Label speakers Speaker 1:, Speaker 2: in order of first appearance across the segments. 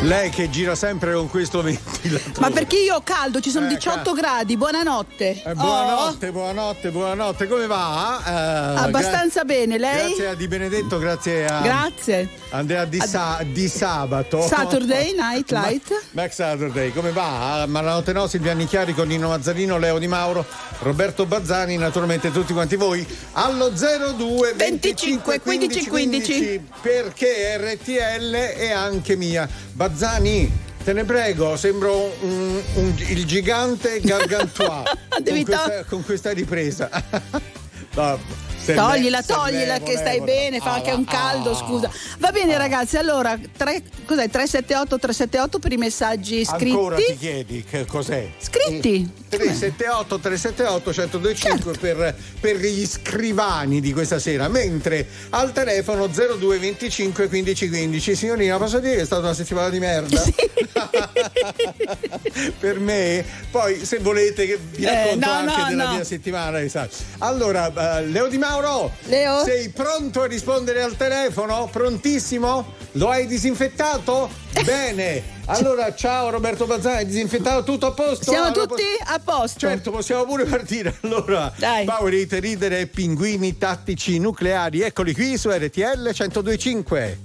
Speaker 1: Lei che gira sempre con questo ventilatore.
Speaker 2: Ma perché io ho caldo, ci sono
Speaker 1: Eh,
Speaker 2: 18
Speaker 1: cazzo.
Speaker 2: gradi, buonanotte.
Speaker 1: Eh,
Speaker 2: Oh,
Speaker 1: buonanotte, buonanotte, buonanotte, come va? Eh,
Speaker 2: abbastanza bene,
Speaker 1: gra-
Speaker 2: lei?
Speaker 1: Grazie a Di Benedetto, grazie a
Speaker 2: Grazie.
Speaker 1: Andrea di,
Speaker 2: A-
Speaker 1: Sa- di Sabato.
Speaker 2: Saturday Night Light.
Speaker 1: Ma- Max Saturday, come va? Ah, Maranotte No, Silvia Nicchiari con Nino Mazzarino, Leo Di Mauro, Roberto Bazzani, naturalmente tutti quanti voi allo 02 25 15 15 perché RTL è anche mia. Bazzani, te ne prego, sembro un- un- il gigante Gargantua
Speaker 2: Devi
Speaker 1: con, questa, con questa ripresa. No, se
Speaker 2: Toglila,
Speaker 1: ne- se
Speaker 2: toglila
Speaker 1: ne
Speaker 2: che stai
Speaker 1: volevo-
Speaker 2: bene, fa
Speaker 1: Ah,
Speaker 2: anche un caldo,
Speaker 1: ah.
Speaker 2: scusa. Va bene ragazzi, allora tre- cos'è? 378 378 per i messaggi
Speaker 1: Ancora ti
Speaker 2: scritti.
Speaker 1: chiedi che cos'è? Mm.
Speaker 2: Scritti.
Speaker 1: 378 378 1025 per, per gli scrivani di questa sera, mentre al telefono 0225 1515. Signorina, posso dire che è stata una settimana di merda? per me. Poi se volete che vi
Speaker 2: Eh,
Speaker 1: racconto
Speaker 2: no,
Speaker 1: anche
Speaker 2: no,
Speaker 1: della
Speaker 2: no.
Speaker 1: mia settimana, che sa. Allora, eh, Leo Di Mauro,
Speaker 2: Leo?
Speaker 1: sei pronto a rispondere al telefono? Prontissimo? Lo hai disinfettato? Bene. Allora, ciao Roberto Bazzani, hai disinfettato tutto a posto?
Speaker 2: Siamo
Speaker 1: Allora,
Speaker 2: tutti
Speaker 1: posso-
Speaker 2: a posto.
Speaker 1: Certo, possiamo pure partire. Allora,
Speaker 2: Dai.
Speaker 1: Powerade, ridere, pinguini tattici nucleari, eccoli qui su RTL 1025.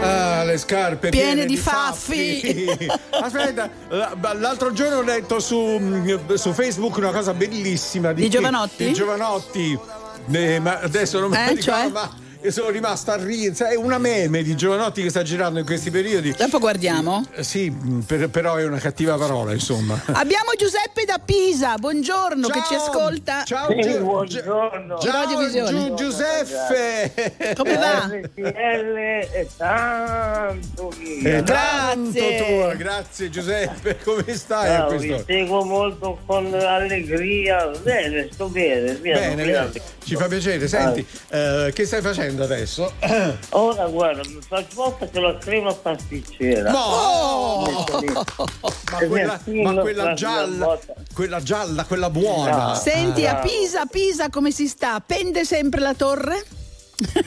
Speaker 1: Ah, le scarpe
Speaker 2: Piene
Speaker 1: piene,
Speaker 2: di faffi.
Speaker 1: Aspetta, l- l'altro giorno ho letto su, su Facebook una cosa bellissima di,
Speaker 2: Di Giovanotti?
Speaker 1: di Giovanotti. Eh, ma adesso non me
Speaker 2: Eh,
Speaker 1: la ricordo,
Speaker 2: cioè?
Speaker 1: ma io sono rimasta a ridere. Sai, È una meme di Giovanotti che sta girando in questi periodi.
Speaker 2: Dopo guardiamo.
Speaker 1: Eh, Sì, per- però è una cattiva parola, insomma.
Speaker 2: Abbiamo Giuseppe da Pisa, buongiorno, che ci
Speaker 1: Ciao,
Speaker 2: ascolta.
Speaker 1: Ciao,
Speaker 3: Sì,
Speaker 1: Giu-
Speaker 3: buongiorno.
Speaker 1: Ciao,
Speaker 2: Radio Visione.
Speaker 1: Giu- Giuseppe.
Speaker 2: Come va?
Speaker 1: Eh.
Speaker 3: RTL è tanto mia.
Speaker 1: Eh, tanto
Speaker 2: Grazie.
Speaker 1: tua, grazie Giuseppe, come stai a
Speaker 3: Ciao,
Speaker 1: questo?
Speaker 3: vi seguo molto con allegria. Bene, sto bene. Via,
Speaker 1: Bene,
Speaker 3: non mi
Speaker 1: bene.
Speaker 3: rallegro.
Speaker 1: ci fa piacere. Senti, eh, che stai facendo adesso?
Speaker 3: Ora guarda, mi faccio volta che lo crema pasticcera.
Speaker 1: No! Oh!
Speaker 3: Eh,
Speaker 1: Ma quella,
Speaker 3: sì,
Speaker 1: ma
Speaker 3: lo-
Speaker 1: quella
Speaker 3: la- la
Speaker 1: gialla,
Speaker 3: botta.
Speaker 1: quella gialla, quella buona.
Speaker 3: No. Se-
Speaker 2: Senti, a
Speaker 3: Bravo.
Speaker 2: Pisa, Pisa come si sta? Pende sempre la torre?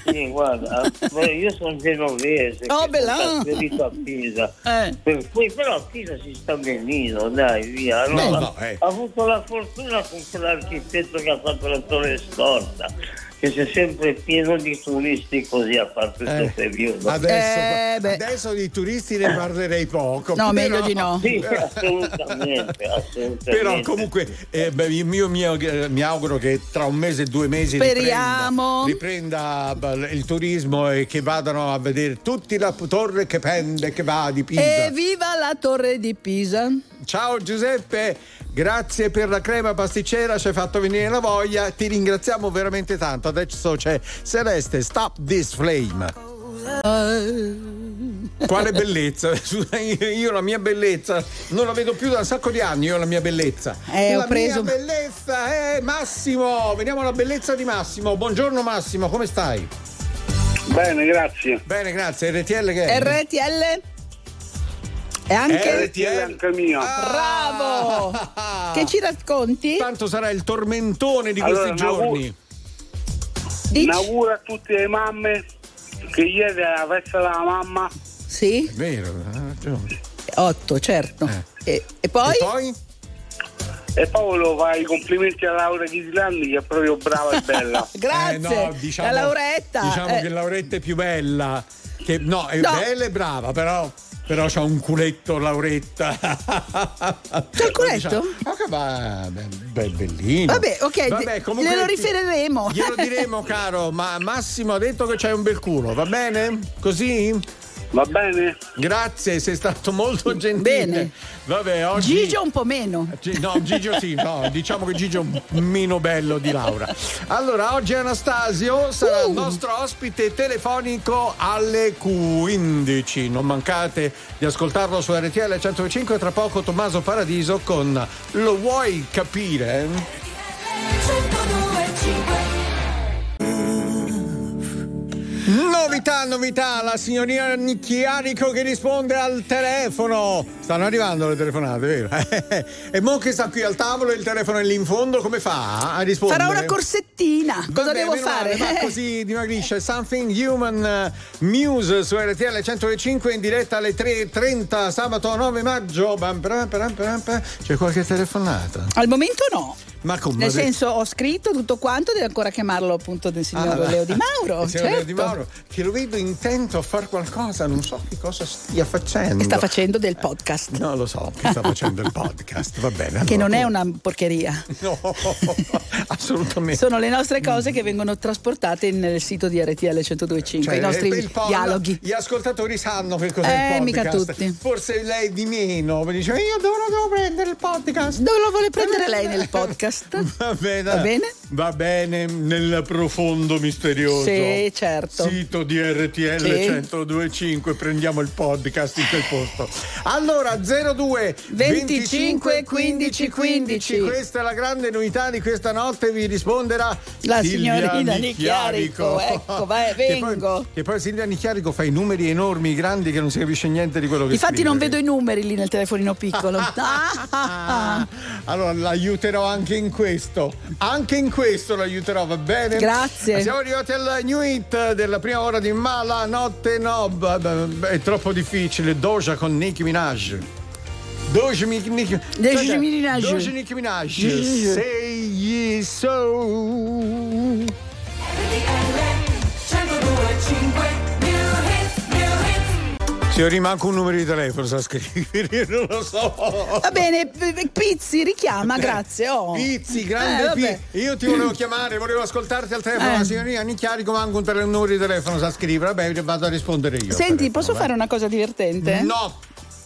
Speaker 3: Sì, guarda, eh, io sono genovese.
Speaker 2: Oh,
Speaker 3: che
Speaker 2: bella.
Speaker 3: sono trasferito a Pisa.
Speaker 2: Eh.
Speaker 3: Per cui, però a Pisa si sta benino, dai, via. Allora,
Speaker 1: Beh, no, eh.
Speaker 3: Ho avuto la fortuna con quell'architetto che ha fatto la Torre Storta, che c'è sempre pieno di turisti così a fare questo
Speaker 1: Eh,
Speaker 3: periodo.
Speaker 1: adesso,
Speaker 2: Eh, beh.
Speaker 1: adesso di turisti ne parlerei poco. però-
Speaker 2: No, meglio di no.
Speaker 3: Sì, assolutamente, assolutamente.
Speaker 1: Però comunque eh, beh, io mi, eh, mi auguro che tra un mese e due mesi
Speaker 2: Speriamo.
Speaker 1: riprenda, riprenda, beh, il turismo e che vadano a vedere tutti la torre che pende, che va di Pisa.
Speaker 2: Evviva la torre di Pisa!
Speaker 1: Ciao Giuseppe, grazie per la crema pasticcera, ci hai fatto venire la voglia, ti ringraziamo veramente tanto. Adesso c'è Celeste, Stop This Flame. Eh. Quale bellezza, Scusa, io io la mia bellezza non la vedo più da un sacco di anni, io la mia bellezza.
Speaker 2: Eh, ho
Speaker 1: la
Speaker 2: preso-
Speaker 1: mia bellezza è Massimo, veniamo alla bellezza di Massimo. Buongiorno Massimo, come stai?
Speaker 4: Bene, grazie.
Speaker 1: Bene, grazie, RTL che è?
Speaker 2: RTL? E anche...
Speaker 1: RTL.
Speaker 4: È anche mia.
Speaker 1: Ah.
Speaker 2: Bravo! Che ci racconti?
Speaker 1: Tanto sarà il tormentone di
Speaker 4: Allora,
Speaker 1: questi
Speaker 4: un augur-
Speaker 1: giorni.
Speaker 4: Un
Speaker 2: Dici?
Speaker 4: auguro a tutte le mamme che ieri era la festa della mamma.
Speaker 2: Sì?
Speaker 1: È vero, ha ragione.
Speaker 2: 8, certo.
Speaker 1: Eh.
Speaker 2: E, e poi?
Speaker 1: E poi?
Speaker 4: E poi volevo fare i complimenti a Laura Ghislandi che è proprio brava e bella.
Speaker 2: Grazie!
Speaker 1: Eh, no, diciamo-
Speaker 2: la Lauretta!
Speaker 1: Diciamo
Speaker 2: eh.
Speaker 1: che Lauretta è più bella. Che, no, è
Speaker 2: No.
Speaker 1: bella e brava, però. Però c'ha un culetto Lauretta. C'ha
Speaker 2: il culetto?
Speaker 1: ma che va- beh, beh, bellino.
Speaker 2: Vabbè, ok,
Speaker 1: Vabbè, comunque
Speaker 2: glielo
Speaker 1: ti-
Speaker 2: riferiremo.
Speaker 1: Glielo diremo, caro, ma Massimo ha detto che c'hai un bel culo, va bene? Così?
Speaker 4: Va bene?
Speaker 1: Grazie, sei stato molto gentile.
Speaker 2: Bene.
Speaker 1: Vabbè, oggi
Speaker 2: Gigio un po' meno.
Speaker 1: Gi- No, Gigio sì, no, diciamo che Gigio è un meno bello di Laura. Allora, oggi Anastasio sarà il nostro ospite telefonico alle 15. Non mancate di ascoltarlo su RTL 105 tra poco Tommaso Paradiso con Lo vuoi capire? Novità, novità, la signorina Nicchiarico che risponde al telefono. Stanno arrivando le telefonate, vero? e Mo che sta qui al tavolo e il telefono è lì in fondo, come fa a rispondere?
Speaker 2: Farò una corsettina. Cosa
Speaker 1: Vabbè,
Speaker 2: devo
Speaker 1: meno
Speaker 2: fare?
Speaker 1: male, ma così dimagrisce. Something Human eh, Muse su RTL 105 in diretta alle 3.30 sabato 9 maggio. Bam, bam, bam, bam, bam. C'è qualche telefonata?
Speaker 2: Al momento no.
Speaker 1: Ma come?
Speaker 2: Nel senso, ho scritto tutto quanto, devo ancora chiamarlo appunto del signor
Speaker 1: Ah,
Speaker 2: Leo Di Mauro.
Speaker 1: il signor Leo
Speaker 2: certo.
Speaker 1: Di Mauro, che lo vedo intento a far qualcosa, non so che cosa stia facendo.
Speaker 2: E sta facendo del podcast,
Speaker 1: No, lo so, che sta facendo il podcast, va bene.
Speaker 2: che
Speaker 1: allora.
Speaker 2: non è una porcheria.
Speaker 1: No, assolutamente.
Speaker 2: Sono le nostre cose che vengono trasportate nel sito di RTL 1025,
Speaker 1: Cioè,
Speaker 2: i nostri
Speaker 1: il pod-
Speaker 2: dialoghi.
Speaker 1: Gli ascoltatori sanno che cos'è
Speaker 2: Eh,
Speaker 1: il
Speaker 2: mica
Speaker 1: podcast.
Speaker 2: tutti.
Speaker 1: Forse lei di meno, mi dice io dove lo devo prendere il podcast?
Speaker 2: Dove lo vuole prendere lei nel podcast?
Speaker 1: Va bene.
Speaker 2: Va bene?
Speaker 1: Va bene, nel profondo misterioso.
Speaker 2: Sì, certo.
Speaker 1: Sito di RTL
Speaker 2: Sì.
Speaker 1: 1025, prendiamo il podcast in quel posto. Allora 02
Speaker 2: 25 15 15.
Speaker 1: Questa è la grande novità di questa notte, vi risponderà
Speaker 2: La
Speaker 1: Silvia
Speaker 2: signorina Nicchiarico. Ecco, vai,
Speaker 1: Che poi-
Speaker 2: vengo.
Speaker 1: Che poi Silvia Nicchiarico fa i numeri enormi, grandi, che non si capisce niente di quello che
Speaker 2: Infatti non
Speaker 1: scrive.
Speaker 2: vedo i numeri lì nel telefonino piccolo. Ah, ah, ah.
Speaker 1: Allora l'aiuterò anche in questo. Anche in questo l'aiuterò, va bene?
Speaker 2: Grazie.
Speaker 1: Siamo arrivati al new hit della prima ora di Malanotte No. b- b- È troppo difficile. Doja con Nicki Minaj. Doja Mi- Nicki
Speaker 2: Doja
Speaker 1: Doja-
Speaker 2: Minaj.
Speaker 1: Doja Nicki Minaj.
Speaker 2: Yes.
Speaker 1: Say it so. Signori, manco un numero di telefono sa scrivere, non lo so.
Speaker 2: Va bene, P- P- Pizzi richiama, grazie. Oh.
Speaker 1: Pizzi,
Speaker 2: Eh,
Speaker 1: grande
Speaker 2: vabbè.
Speaker 1: Pizzi. Io ti volevo chiamare, volevo ascoltarti al telefono.
Speaker 2: Eh.
Speaker 1: La signorina Nicchiarico manco un tele- numero di telefono sa scrivere. Vabbè, vado a rispondere io.
Speaker 2: Senti,
Speaker 1: al telefono,
Speaker 2: posso
Speaker 1: va.
Speaker 2: fare una cosa divertente?
Speaker 1: No,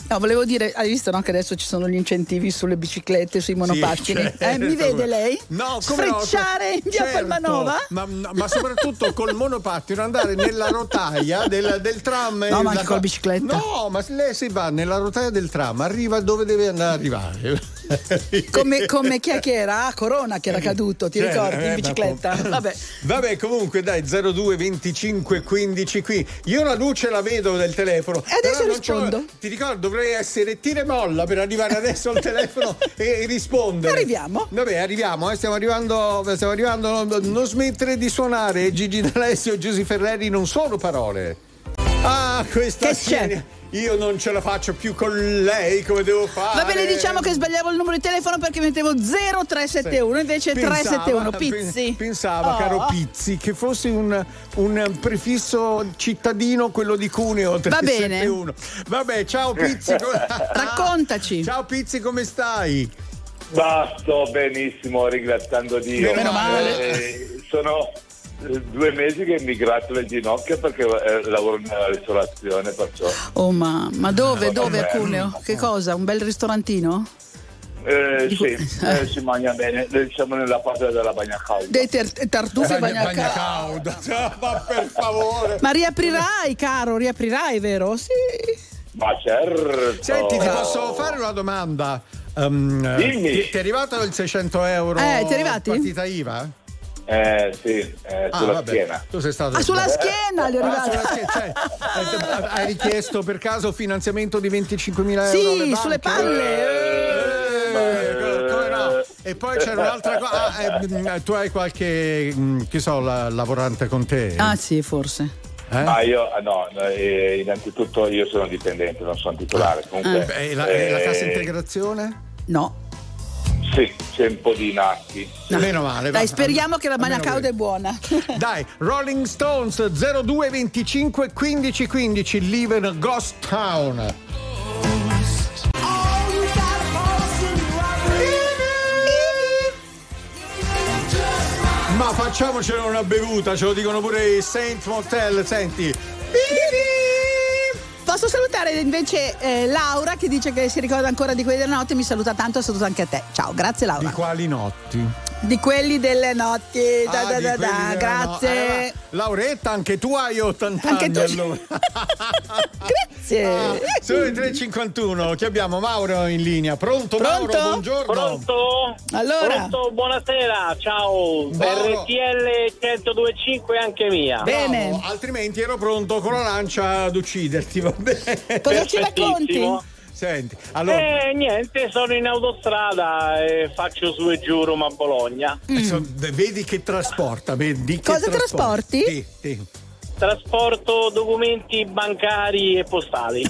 Speaker 2: No, volevo dire, hai visto no, che adesso ci sono gli incentivi sulle biciclette, sui monopattini?
Speaker 1: Sì, certo.
Speaker 2: Eh, mi vede lei?
Speaker 1: No, come no?
Speaker 2: Sfrecciare in via
Speaker 1: Certo,
Speaker 2: Palmanova?
Speaker 1: Ma, ma soprattutto col monopattino andare nella rotaia del, del tram. e
Speaker 2: No, ma
Speaker 1: la-
Speaker 2: anche con la bicicletta.
Speaker 1: No, ma se lei si va nella rotaia del tram, arriva dove deve andare arrivare.
Speaker 2: Come, come chi è che era? Ah, Corona che era caduto, ti
Speaker 1: Cioè,
Speaker 2: ricordi?
Speaker 1: eh,
Speaker 2: In bicicletta.
Speaker 1: ma-
Speaker 2: Vabbè.
Speaker 1: Vabbè, comunque dai 02 25 15 qui. Io la luce la vedo del telefono.
Speaker 2: E adesso
Speaker 1: però non c'ho-
Speaker 2: rispondo.
Speaker 1: Ti ricordo, dovrei essere tira e molla per arrivare adesso al telefono e rispondere.
Speaker 2: Arriviamo.
Speaker 1: Vabbè, arriviamo, eh, stiamo arrivando, stiamo arrivando, non, non smettere di suonare. Gigi D'Alessio e Giuseppe Ferreri non sono parole. Ah, questa
Speaker 2: Che
Speaker 1: signorina-
Speaker 2: c'è?
Speaker 1: Io non ce la faccio più con lei, come devo fare?
Speaker 2: Va bene, diciamo che sbagliavo il numero di telefono perché mettevo 0371, invece
Speaker 1: Pensava-
Speaker 2: 371.
Speaker 1: pe-
Speaker 2: Pizzi.
Speaker 1: Pensava,
Speaker 2: Oh.
Speaker 1: caro Pizzi, che fosse un, un prefisso cittadino, quello di Cuneo
Speaker 2: Va bene.
Speaker 1: 371. Vabbè, ciao Pizzi. come-
Speaker 2: Raccontaci.
Speaker 1: Ciao Pizzi, come stai?
Speaker 5: Ma sto benissimo, ringraziando Dio.
Speaker 1: Meno male.
Speaker 5: Eh, sono eh, due mesi che mi gratto le ginocchia perché eh, lavoro nella ristorazione, perciò
Speaker 2: Oh ma, ma dove,
Speaker 5: No,
Speaker 2: dove a
Speaker 5: vabbè.
Speaker 2: Cuneo? Che cosa? Un bel ristorantino?
Speaker 5: eh,
Speaker 2: Dico-
Speaker 5: sì, eh, si mangia bene. Eh, Siamo nella parte della bagna calda.
Speaker 2: Dei ter- tartufi e
Speaker 1: Bagna-
Speaker 2: bagnaca.
Speaker 1: Bagnacauda. Cioè, Ma per favore.
Speaker 2: Ma riaprirai, caro, riaprirai, vero? Sì.
Speaker 5: Ma certo.
Speaker 1: Senti, ti posso fare una domanda? Ehm,
Speaker 5: Dimmi.
Speaker 1: Ti, ti è arrivato il 600 euro?
Speaker 2: Eh, ti è arrivati?
Speaker 1: Partita IVA?
Speaker 5: Eh sì, eh,
Speaker 1: Ah,
Speaker 5: sulla
Speaker 1: vabbè.
Speaker 5: schiena.
Speaker 1: Tu sei stato.
Speaker 2: Ah, sulla schiena gli è
Speaker 1: Ah, sulla
Speaker 2: arrivata.
Speaker 1: schiena, cioè, hai- hai richiesto per caso finanziamento di 25.000 euro? alle
Speaker 2: Sì,
Speaker 1: banche?
Speaker 2: sulle palle.
Speaker 1: Eh, come no? E poi c'era un'altra cosa. Ah, eh, mm, tu hai qualche, mm, che so, la- lavorante con te?
Speaker 2: Ah sì, forse.
Speaker 1: Eh?
Speaker 5: Ma io, ah, no, no, eh, innanzitutto io sono dipendente, non sono titolare. Comunque,
Speaker 1: E Ah. Eh, la, e la cassa
Speaker 5: eh,
Speaker 1: integrazione?
Speaker 2: No.
Speaker 5: Sì, c'è un po' di nacchi.
Speaker 1: Meno male. va.
Speaker 2: Dai, speriamo che la
Speaker 1: Almeno
Speaker 2: manacauda
Speaker 1: quello.
Speaker 2: è buona.
Speaker 1: Dai, Rolling Stones 0225 15 15 Live in a Ghost Town. Ma facciamocene una bevuta, ce lo dicono pure i Saint Motel, senti.
Speaker 2: Posso salutare invece eh, Laura che dice che si ricorda ancora di quelli della notte, mi saluta tanto e saluto anche a te. Ciao, grazie
Speaker 1: Di
Speaker 2: Laura.
Speaker 1: quali notti?
Speaker 2: Di quelli delle notti. Da,
Speaker 1: Ah,
Speaker 2: da,
Speaker 1: di
Speaker 2: da, da.
Speaker 1: quelli della- no,
Speaker 2: Grazie.
Speaker 1: eh, la- Lauretta, anche tu hai 80
Speaker 2: Anche
Speaker 1: anni
Speaker 2: tu. Eh.
Speaker 1: allora.
Speaker 2: Grazie.
Speaker 1: Ah, sono le 3.51, che abbiamo Mauro in linea. Pronto,
Speaker 2: Pronto?
Speaker 1: Mauro? Buongiorno.
Speaker 6: Pronto?
Speaker 2: Allora.
Speaker 6: Pronto, buonasera, ciao.
Speaker 1: Bravo.
Speaker 6: RTL 1025 anche mia.
Speaker 1: Bravo,
Speaker 2: Bene.
Speaker 1: altrimenti ero pronto con la lancia ad ucciderti, va bene?
Speaker 2: Cosa ci racconti?
Speaker 6: Perfettissimo.
Speaker 1: Senti, allora,
Speaker 6: Eh, niente, sono in autostrada e faccio su e giù Roma a Bologna.
Speaker 1: adesso vedi che trasporta. Vedi che
Speaker 2: Cosa
Speaker 1: trasporta.
Speaker 2: trasporti?
Speaker 1: Sì, sì.
Speaker 6: Trasporto documenti bancari e postali.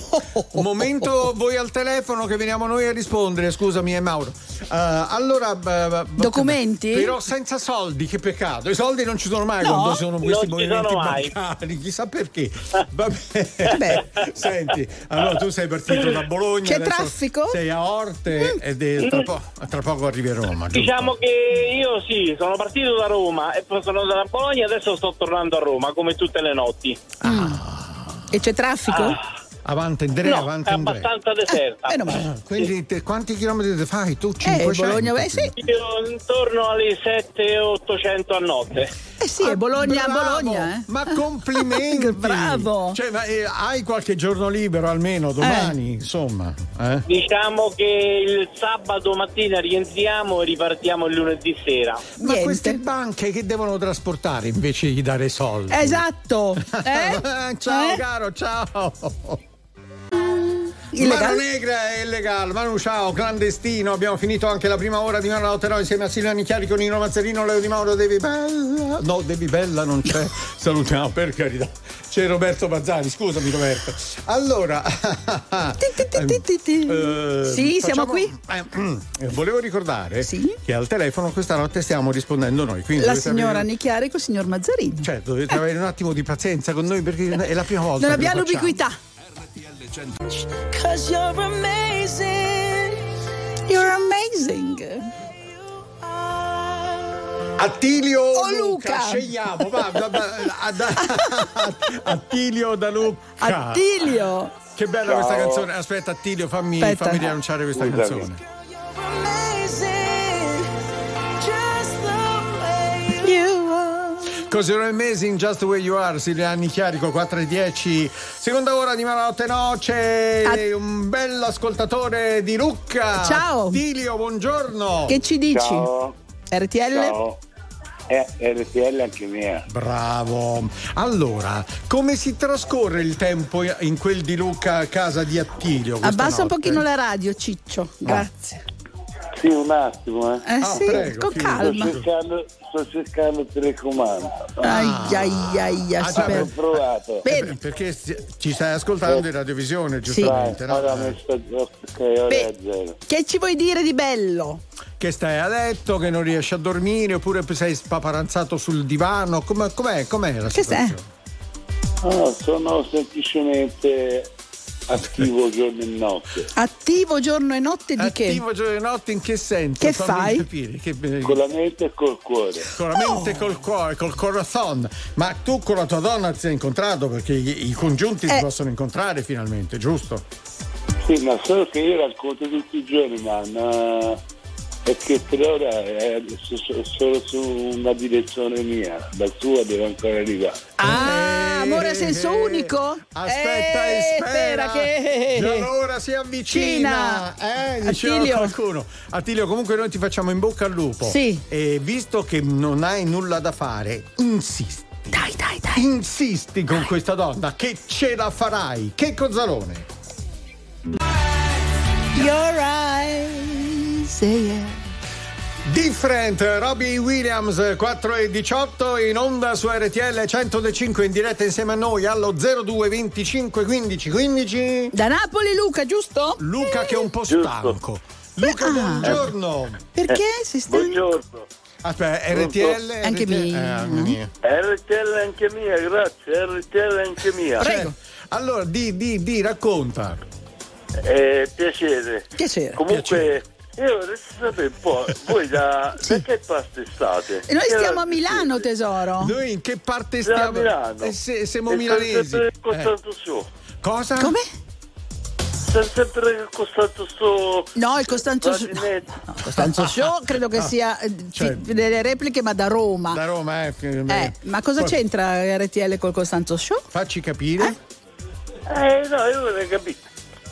Speaker 1: Un momento voi al telefono che veniamo noi a rispondere, scusami è Mauro. Eh, allora b- b-
Speaker 2: Documenti?
Speaker 1: Però senza soldi, che peccato. I soldi non ci sono mai
Speaker 2: No,
Speaker 1: quando sono questi
Speaker 6: non ci
Speaker 1: movimenti
Speaker 6: sono mai.
Speaker 1: bancari, chissà perché. Vabbè.
Speaker 2: Vabbè.
Speaker 1: Senti, allora tu sei partito da Bologna,
Speaker 2: C'è
Speaker 1: adesso
Speaker 2: traffico? Mm.
Speaker 1: Sei a Orte ed è- tra, po- tra poco arrivi a Roma. giusto?
Speaker 6: Diciamo che io sì, sono partito da Roma e poi sono andato a Bologna e adesso sto tornando a Roma come tutte le notti. Ah,
Speaker 2: E c'è traffico?
Speaker 1: Ah, avanti e Andrea,
Speaker 6: No,
Speaker 1: avanti
Speaker 6: è
Speaker 1: e Andrea.
Speaker 6: abbastanza deserta.
Speaker 2: Meno male.
Speaker 1: Quindi te- quanti chilometri te fai tu?
Speaker 2: Eh,
Speaker 1: 500.
Speaker 2: Bologna, beh, sì.
Speaker 6: Io intorno alle 7-800 a notte.
Speaker 2: Eh sì, è
Speaker 1: Ah,
Speaker 2: Bologna a
Speaker 1: bravo!
Speaker 2: Bologna, eh.
Speaker 1: Ma complimenti!
Speaker 2: Bravo! Eh.
Speaker 1: Cioè, ma eh, hai qualche giorno libero almeno domani, insomma. eh?
Speaker 6: Diciamo che il sabato mattina rientriamo e ripartiamo il lunedì sera.
Speaker 1: Ma
Speaker 2: Niente.
Speaker 1: queste banche che devono trasportare invece di dare soldi?
Speaker 2: Esatto. Eh?
Speaker 1: Eh? ciao
Speaker 2: Eh?
Speaker 1: caro, ciao!
Speaker 2: Illegale.
Speaker 1: Mano Negra è illegale, Manu ciao, clandestino, abbiamo finito anche la prima ora di Mano Lautero insieme a Silvia Nicchiari con Nino Mazzarino, Leo Di Mauro, Devi Bella, no Devi Bella non c'è, salutiamo per carità, c'è Roberto Bazzani, scusami Roberto. Allora,
Speaker 2: Ti, ti, ti, ti, ti.
Speaker 1: Eh,
Speaker 2: Sì, siamo
Speaker 1: facciamo-
Speaker 2: qui.
Speaker 1: eh, volevo ricordare
Speaker 2: mm, Sì.
Speaker 1: che al telefono questa notte stiamo rispondendo noi, quindi
Speaker 2: La
Speaker 1: dovete
Speaker 2: signora
Speaker 1: avere-
Speaker 2: Nicchiarico, signor Mazzarini.
Speaker 1: cioè, dovete avere un attimo di pazienza con noi perché è la prima volta. che
Speaker 2: non abbiamo
Speaker 1: lo facciamo.
Speaker 2: ubiquità.
Speaker 7: Cause you're amazing.
Speaker 2: You're amazing.
Speaker 1: Attilio
Speaker 2: Oh,
Speaker 1: Luca.
Speaker 2: Luca.
Speaker 1: scegliamo. va, va, va, ad- Attilio da Luca.
Speaker 2: Attilio.
Speaker 1: che bella
Speaker 5: Ciao.
Speaker 1: questa canzone. Aspetta, Attilio, fammi,
Speaker 2: Aspetta.
Speaker 1: fammi riannunciare questa
Speaker 5: Scusami.
Speaker 1: canzone.
Speaker 7: You're amazing. Just the way you
Speaker 2: You are.
Speaker 1: Così you're amazing, just the way you are. Silviani Chiarico, 4 e 10. Seconda ora di Malanotte Noce. C'è
Speaker 2: Att-
Speaker 1: un bell'ascoltatore di Lucca.
Speaker 2: Ciao.
Speaker 1: Attilio, buongiorno.
Speaker 2: Che ci dici?
Speaker 4: Ciao.
Speaker 2: RTL?
Speaker 4: Ciao. Eh, RTL anche mia.
Speaker 1: Bravo. Allora, come si trascorre il tempo in quel di Lucca a casa di Attilio? questa
Speaker 2: Abbassa un
Speaker 1: notte?
Speaker 2: pochino la radio, Ciccio. Grazie.
Speaker 4: Sì, un attimo, eh.
Speaker 2: Eh
Speaker 1: Ah,
Speaker 2: sì,
Speaker 1: prego,
Speaker 2: con
Speaker 1: sì.
Speaker 4: Sto
Speaker 2: calma.
Speaker 4: cercando, sto cercando il telecomando.
Speaker 2: Ai ai ai, ai,
Speaker 1: Ah,
Speaker 2: si
Speaker 1: già, per-
Speaker 4: Ho
Speaker 2: perde.
Speaker 4: provato.
Speaker 1: Eh
Speaker 2: Bene.
Speaker 1: beh, perché si- ci stai ascoltando in radiovisione,
Speaker 4: Vai,
Speaker 1: giustamente, no? Eh.
Speaker 4: ora mi sto ok, ora
Speaker 2: Beh,
Speaker 4: è a eh, zero.
Speaker 2: che ci vuoi dire di bello?
Speaker 1: Che stai a letto, che non riesci a dormire, oppure sei spaparanzato sul divano. Com'è, com'è, com'è la
Speaker 2: Che
Speaker 1: situazione?
Speaker 4: No, sono semplicemente attivo giorno e notte.
Speaker 2: Attivo giorno e notte di
Speaker 1: Attivo giorno e notte in che senso?
Speaker 2: Che
Speaker 1: Fammi
Speaker 2: fai?
Speaker 1: Capire, che,
Speaker 4: Con la mente e col cuore.
Speaker 1: con la mente
Speaker 2: Oh!
Speaker 1: e col cuore, col corazon. Ma tu con la tua donna ti sei incontrato perché i, i congiunti si
Speaker 2: Eh.
Speaker 1: possono incontrare finalmente, giusto?
Speaker 4: Sì, ma solo che io racconto tutti i giorni, ma no, è che per ora è so- so- solo su una direzione mia, la tua deve ancora arrivare.
Speaker 2: che? Ah,
Speaker 1: Eh,
Speaker 2: amore a senso
Speaker 1: eh,
Speaker 2: unico?
Speaker 1: Aspetta
Speaker 2: Eh,
Speaker 1: e spera,
Speaker 2: spera che-
Speaker 1: l'ora si avvicina. Eh, diceva
Speaker 2: Attilio.
Speaker 1: qualcuno. Attilio, comunque noi ti facciamo in bocca al lupo.
Speaker 2: Sì.
Speaker 1: E visto che non hai nulla da fare, insisti.
Speaker 2: Dai, dai, dai.
Speaker 1: Insisti con questa donna che ce la farai. Che cozzalone.
Speaker 2: Your eyes, say yeah.
Speaker 1: Different, Robbie Williams 4 e 18 in onda su RTL 105 in diretta insieme a noi allo 02 25 15 15.
Speaker 2: Da Napoli Luca, giusto?
Speaker 1: Luca che è un po'
Speaker 4: Giusto.
Speaker 1: stanco. Luca,
Speaker 2: Ah.
Speaker 1: buongiorno.
Speaker 2: Perché sei stanco?
Speaker 4: Buongiorno,
Speaker 1: Aspetta,
Speaker 4: Pronto?
Speaker 1: RTL.
Speaker 2: Anche
Speaker 1: RTL,
Speaker 2: mia.
Speaker 1: eh, anche mia.
Speaker 4: RTL anche mia, grazie, RTL anche mia.
Speaker 1: Cioè,
Speaker 2: Prego.
Speaker 1: allora, di, di, di, racconta.
Speaker 4: Eh, piacere.
Speaker 2: Piacere.
Speaker 4: Comunque, io vorrei sapere un po', voi da, da che parte state?
Speaker 2: E Noi
Speaker 4: Che
Speaker 2: stiamo
Speaker 4: la-
Speaker 2: a Milano, tesoro.
Speaker 1: Noi in che parte
Speaker 4: Siamo a
Speaker 1: stiamo?
Speaker 4: Milano.
Speaker 1: Eh, se- siamo
Speaker 4: E
Speaker 1: milanesi.
Speaker 4: Sempre
Speaker 1: Eh,
Speaker 4: costato su.
Speaker 1: cosa?
Speaker 2: Come?
Speaker 4: Sono sempre costato su.
Speaker 2: No, il Costanzo Show.
Speaker 4: Pavimento.
Speaker 2: No, Costanzo Show credo che sia eh,
Speaker 1: Cioè-
Speaker 2: fi- delle repliche, ma da Roma.
Speaker 1: Da Roma, eh.
Speaker 2: Eh, ma cosa
Speaker 1: Poi,
Speaker 2: c'entra RTL col Costanzo Show?
Speaker 1: Facci capire.
Speaker 4: Eh no, io vorrei capire.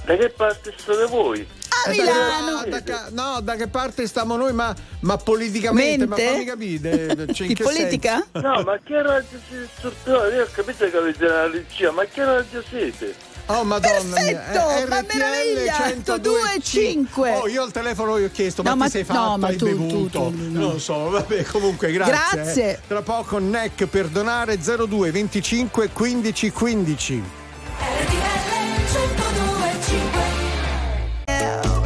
Speaker 4: Da che parte state voi?
Speaker 2: A
Speaker 1: Eh, da-
Speaker 2: Milano!
Speaker 1: da- da ca- no, da che parte stiamo noi, ma, ma politicamente, ma
Speaker 2: Mente?
Speaker 1: fammi capire. cioè, in
Speaker 2: Di
Speaker 1: che
Speaker 2: politica?
Speaker 1: senso?
Speaker 4: No, ma che radio siete strutturati? Io ho capito che avete una regia, ma che radio siete?
Speaker 1: Oh madonna mia.
Speaker 2: Perfetto,
Speaker 1: Eh,
Speaker 2: ma
Speaker 1: RTL
Speaker 2: meraviglia,
Speaker 1: 102.5.
Speaker 2: 102.5
Speaker 1: Oh, io al telefono gli ho chiesto,
Speaker 2: No,
Speaker 1: ma,
Speaker 2: ma-
Speaker 1: ti sei
Speaker 2: no,
Speaker 1: fatto,
Speaker 2: ma
Speaker 1: hai
Speaker 2: tu- tu-
Speaker 1: bevuto?
Speaker 2: tu- no.
Speaker 1: Non lo so, vabbè, comunque grazie.
Speaker 2: Grazie.
Speaker 1: eh. Tra poco NEC per donare 02 25 15 15.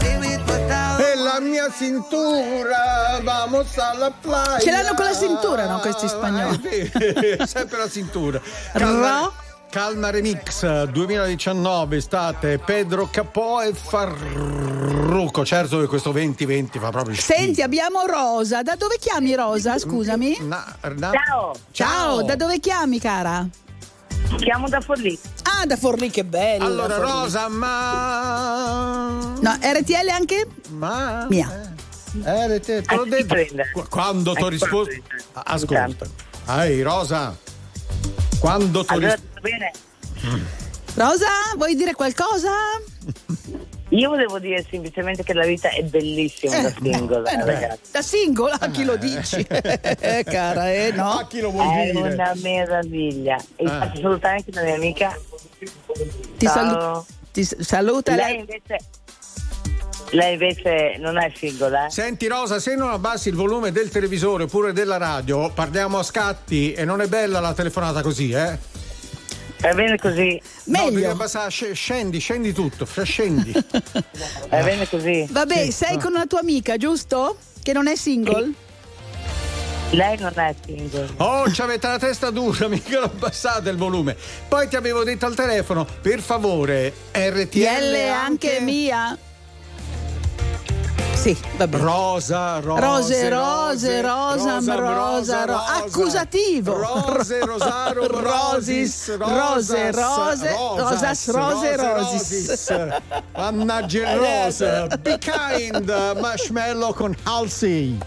Speaker 1: E la mia cintura, vamos alla playa.
Speaker 2: Ce l'hanno con la cintura, no, questi spagnoli?
Speaker 1: Eh, sì, sempre la cintura. Calma,
Speaker 2: Ro?
Speaker 1: Calma Remix 2019, estate, Pedro Capò e Farrucco. Certo che questo 2020 fa proprio schifo.
Speaker 2: Senti, abbiamo Rosa. Da dove chiami Rosa? Scusami.
Speaker 1: Na- na-
Speaker 8: Ciao,
Speaker 2: Ciao, da dove chiami, cara?
Speaker 8: chiamo da Forlì.
Speaker 2: Ah, da Forlì, che bello.
Speaker 1: Allora
Speaker 2: Forlì.
Speaker 1: Rosa, ma...
Speaker 2: No, RTL anche?
Speaker 1: Ma...
Speaker 2: Mia.
Speaker 1: Eh, eh, te, te l'ho
Speaker 8: Eh,
Speaker 1: detto.
Speaker 8: prende.
Speaker 1: Qu- Quando ti ho
Speaker 8: Eh,
Speaker 1: risposto...
Speaker 8: prende.
Speaker 1: Ah, Ascolta. Ehi, Rosa. Quando ti ho
Speaker 8: Allora,
Speaker 1: risposto...
Speaker 8: tutto bene?
Speaker 2: Rosa, vuoi dire qualcosa?
Speaker 8: Io volevo dire semplicemente che la vita è bellissima da singola,
Speaker 2: eh,
Speaker 8: ragazzi.
Speaker 2: Da singola, a chi lo dici? Eh, cara, eh,
Speaker 1: A
Speaker 2: no?
Speaker 1: chi lo vuoi
Speaker 8: È
Speaker 1: dire?
Speaker 8: una meraviglia. E
Speaker 2: Eh.
Speaker 8: faccio salutare anche la mia amica.
Speaker 2: Ti,
Speaker 8: Ciao.
Speaker 2: ti s- saluta
Speaker 8: Lei
Speaker 2: lei.
Speaker 8: invece, lei invece non è singola, eh?
Speaker 1: Senti Rosa, se non abbassi il volume del televisore oppure della radio, parliamo a scatti e non è bella la telefonata così, eh?
Speaker 8: È bene così,
Speaker 1: No, devi
Speaker 2: Meglio.
Speaker 1: abbassare, sc- scendi, scendi tutto, fra- scendi.
Speaker 8: è bene così.
Speaker 2: Vabbè,
Speaker 1: Sì,
Speaker 2: sei
Speaker 1: no.
Speaker 2: con una tua amica, giusto? Che non è single?
Speaker 8: Lei non è singola.
Speaker 1: Oh, ci avete la testa dura, mica lo abbassate il volume. Poi ti avevo detto al telefono, per favore, RTL
Speaker 2: L anche mia. Sì, vabbè.
Speaker 1: Rosa, rosa,
Speaker 2: Rose, rose, rosa, rosa, rosa, rosa. accusativo.
Speaker 1: Rose, rosarum, rosis, rosas,
Speaker 2: Rose, rose, rosas, rose, rosis.
Speaker 1: rosis. Mannaggia il rosa.
Speaker 2: Eh,
Speaker 1: Be kind, marshmallow con Halsey.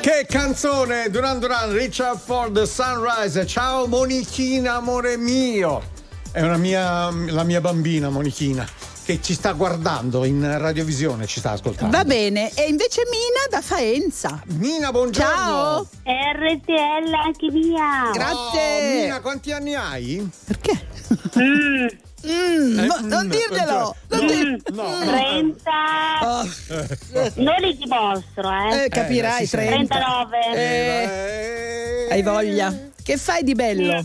Speaker 1: Che canzone, Duran Duran, Richard Ford, Sunrise. Ciao Monichina, amore mio. È una mia, la mia bambina Monichina che ci sta guardando in radiovisione, ci sta ascoltando.
Speaker 2: Va bene, e invece Mina da Faenza.
Speaker 1: Mina, buongiorno.
Speaker 2: Ciao.
Speaker 9: RTL anche mia.
Speaker 1: Oh,
Speaker 2: Grazie.
Speaker 1: Mina, quanti anni hai?
Speaker 2: Perché? Mm,
Speaker 1: Eh,
Speaker 2: no,
Speaker 1: mm, Mm.
Speaker 2: non
Speaker 1: cioè,
Speaker 2: dirglielo. non
Speaker 8: mm.
Speaker 2: dir-
Speaker 1: No.
Speaker 9: 30.
Speaker 2: Oh,
Speaker 9: Non li dimostro, eh.
Speaker 2: eh, capirai,
Speaker 1: sì, sì.
Speaker 2: 30.
Speaker 9: 39.
Speaker 2: Eh,
Speaker 1: Eh,
Speaker 2: hai voglia? Che fai di bello?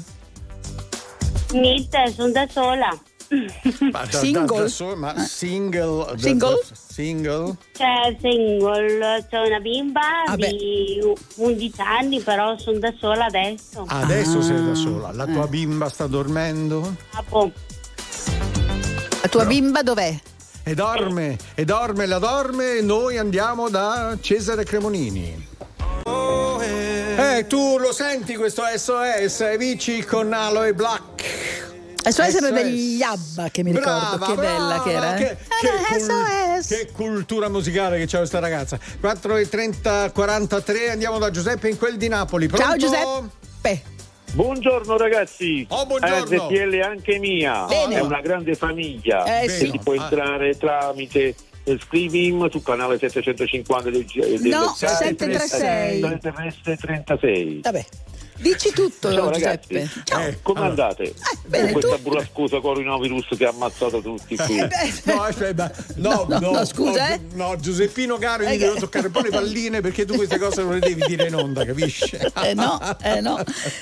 Speaker 9: Niente, sono da sola.
Speaker 1: Ma da- da-
Speaker 2: Single?
Speaker 1: da solo, ma Eh. single. da-
Speaker 2: Single?
Speaker 1: da- single?
Speaker 9: Cioè, single, c'ho una bimba
Speaker 2: Ah, beh.
Speaker 9: di 11 anni, però sono da sola adesso.
Speaker 1: Adesso
Speaker 2: Ah.
Speaker 1: sei da sola. La tua bimba sta dormendo?
Speaker 9: Capo.
Speaker 2: La tua bimba dov'è?
Speaker 1: E dorme, e dorme, la dorme, e noi andiamo da Cesare Cremonini. Eh, tu lo senti questo SOS, amici con Aloe Black.
Speaker 2: Adesso essere
Speaker 1: SOS.
Speaker 2: degli Abba che mi
Speaker 1: brava,
Speaker 2: ricordo, che bella
Speaker 1: brava,
Speaker 2: che era. eh.
Speaker 1: Che, che cul-
Speaker 2: Era SOS.
Speaker 1: che cultura musicale che c'è questa ragazza. 4.30, 43, andiamo da Giuseppe in quel di Napoli. Pronto?
Speaker 2: Ciao Giuseppe.
Speaker 6: Buongiorno ragazzi.
Speaker 1: Oh, buongiorno.
Speaker 6: RTL anche mia.
Speaker 2: Bene.
Speaker 6: Ah, È una grande famiglia.
Speaker 2: Eh,
Speaker 1: Bene.
Speaker 2: sì.
Speaker 6: Puoi entrare Ah. tramite eh, Screaming su canale 750 del, G- eh, del
Speaker 2: No,
Speaker 6: Sky,
Speaker 2: 736.
Speaker 6: 736.
Speaker 2: Vabbè. Dici tutto,
Speaker 6: Ciao, ragazzi.
Speaker 2: Giuseppe. Ciao.
Speaker 1: Eh,
Speaker 6: Come
Speaker 1: allora.
Speaker 6: andate?
Speaker 2: bene,
Speaker 6: Con questa
Speaker 2: tu?
Speaker 6: burrascosa coronavirus che ha ammazzato tutti qui.
Speaker 2: Eh, beh,
Speaker 1: No, aspetta, no, no,
Speaker 2: No, no, no, scusa,
Speaker 1: no,
Speaker 2: eh.
Speaker 1: no, Giuseppino caro, io
Speaker 2: Eh,
Speaker 1: ti devo
Speaker 2: che-
Speaker 1: toccare poi le palline perché tu queste cose non le devi dire in onda, capisci?
Speaker 2: Eh no, eh no.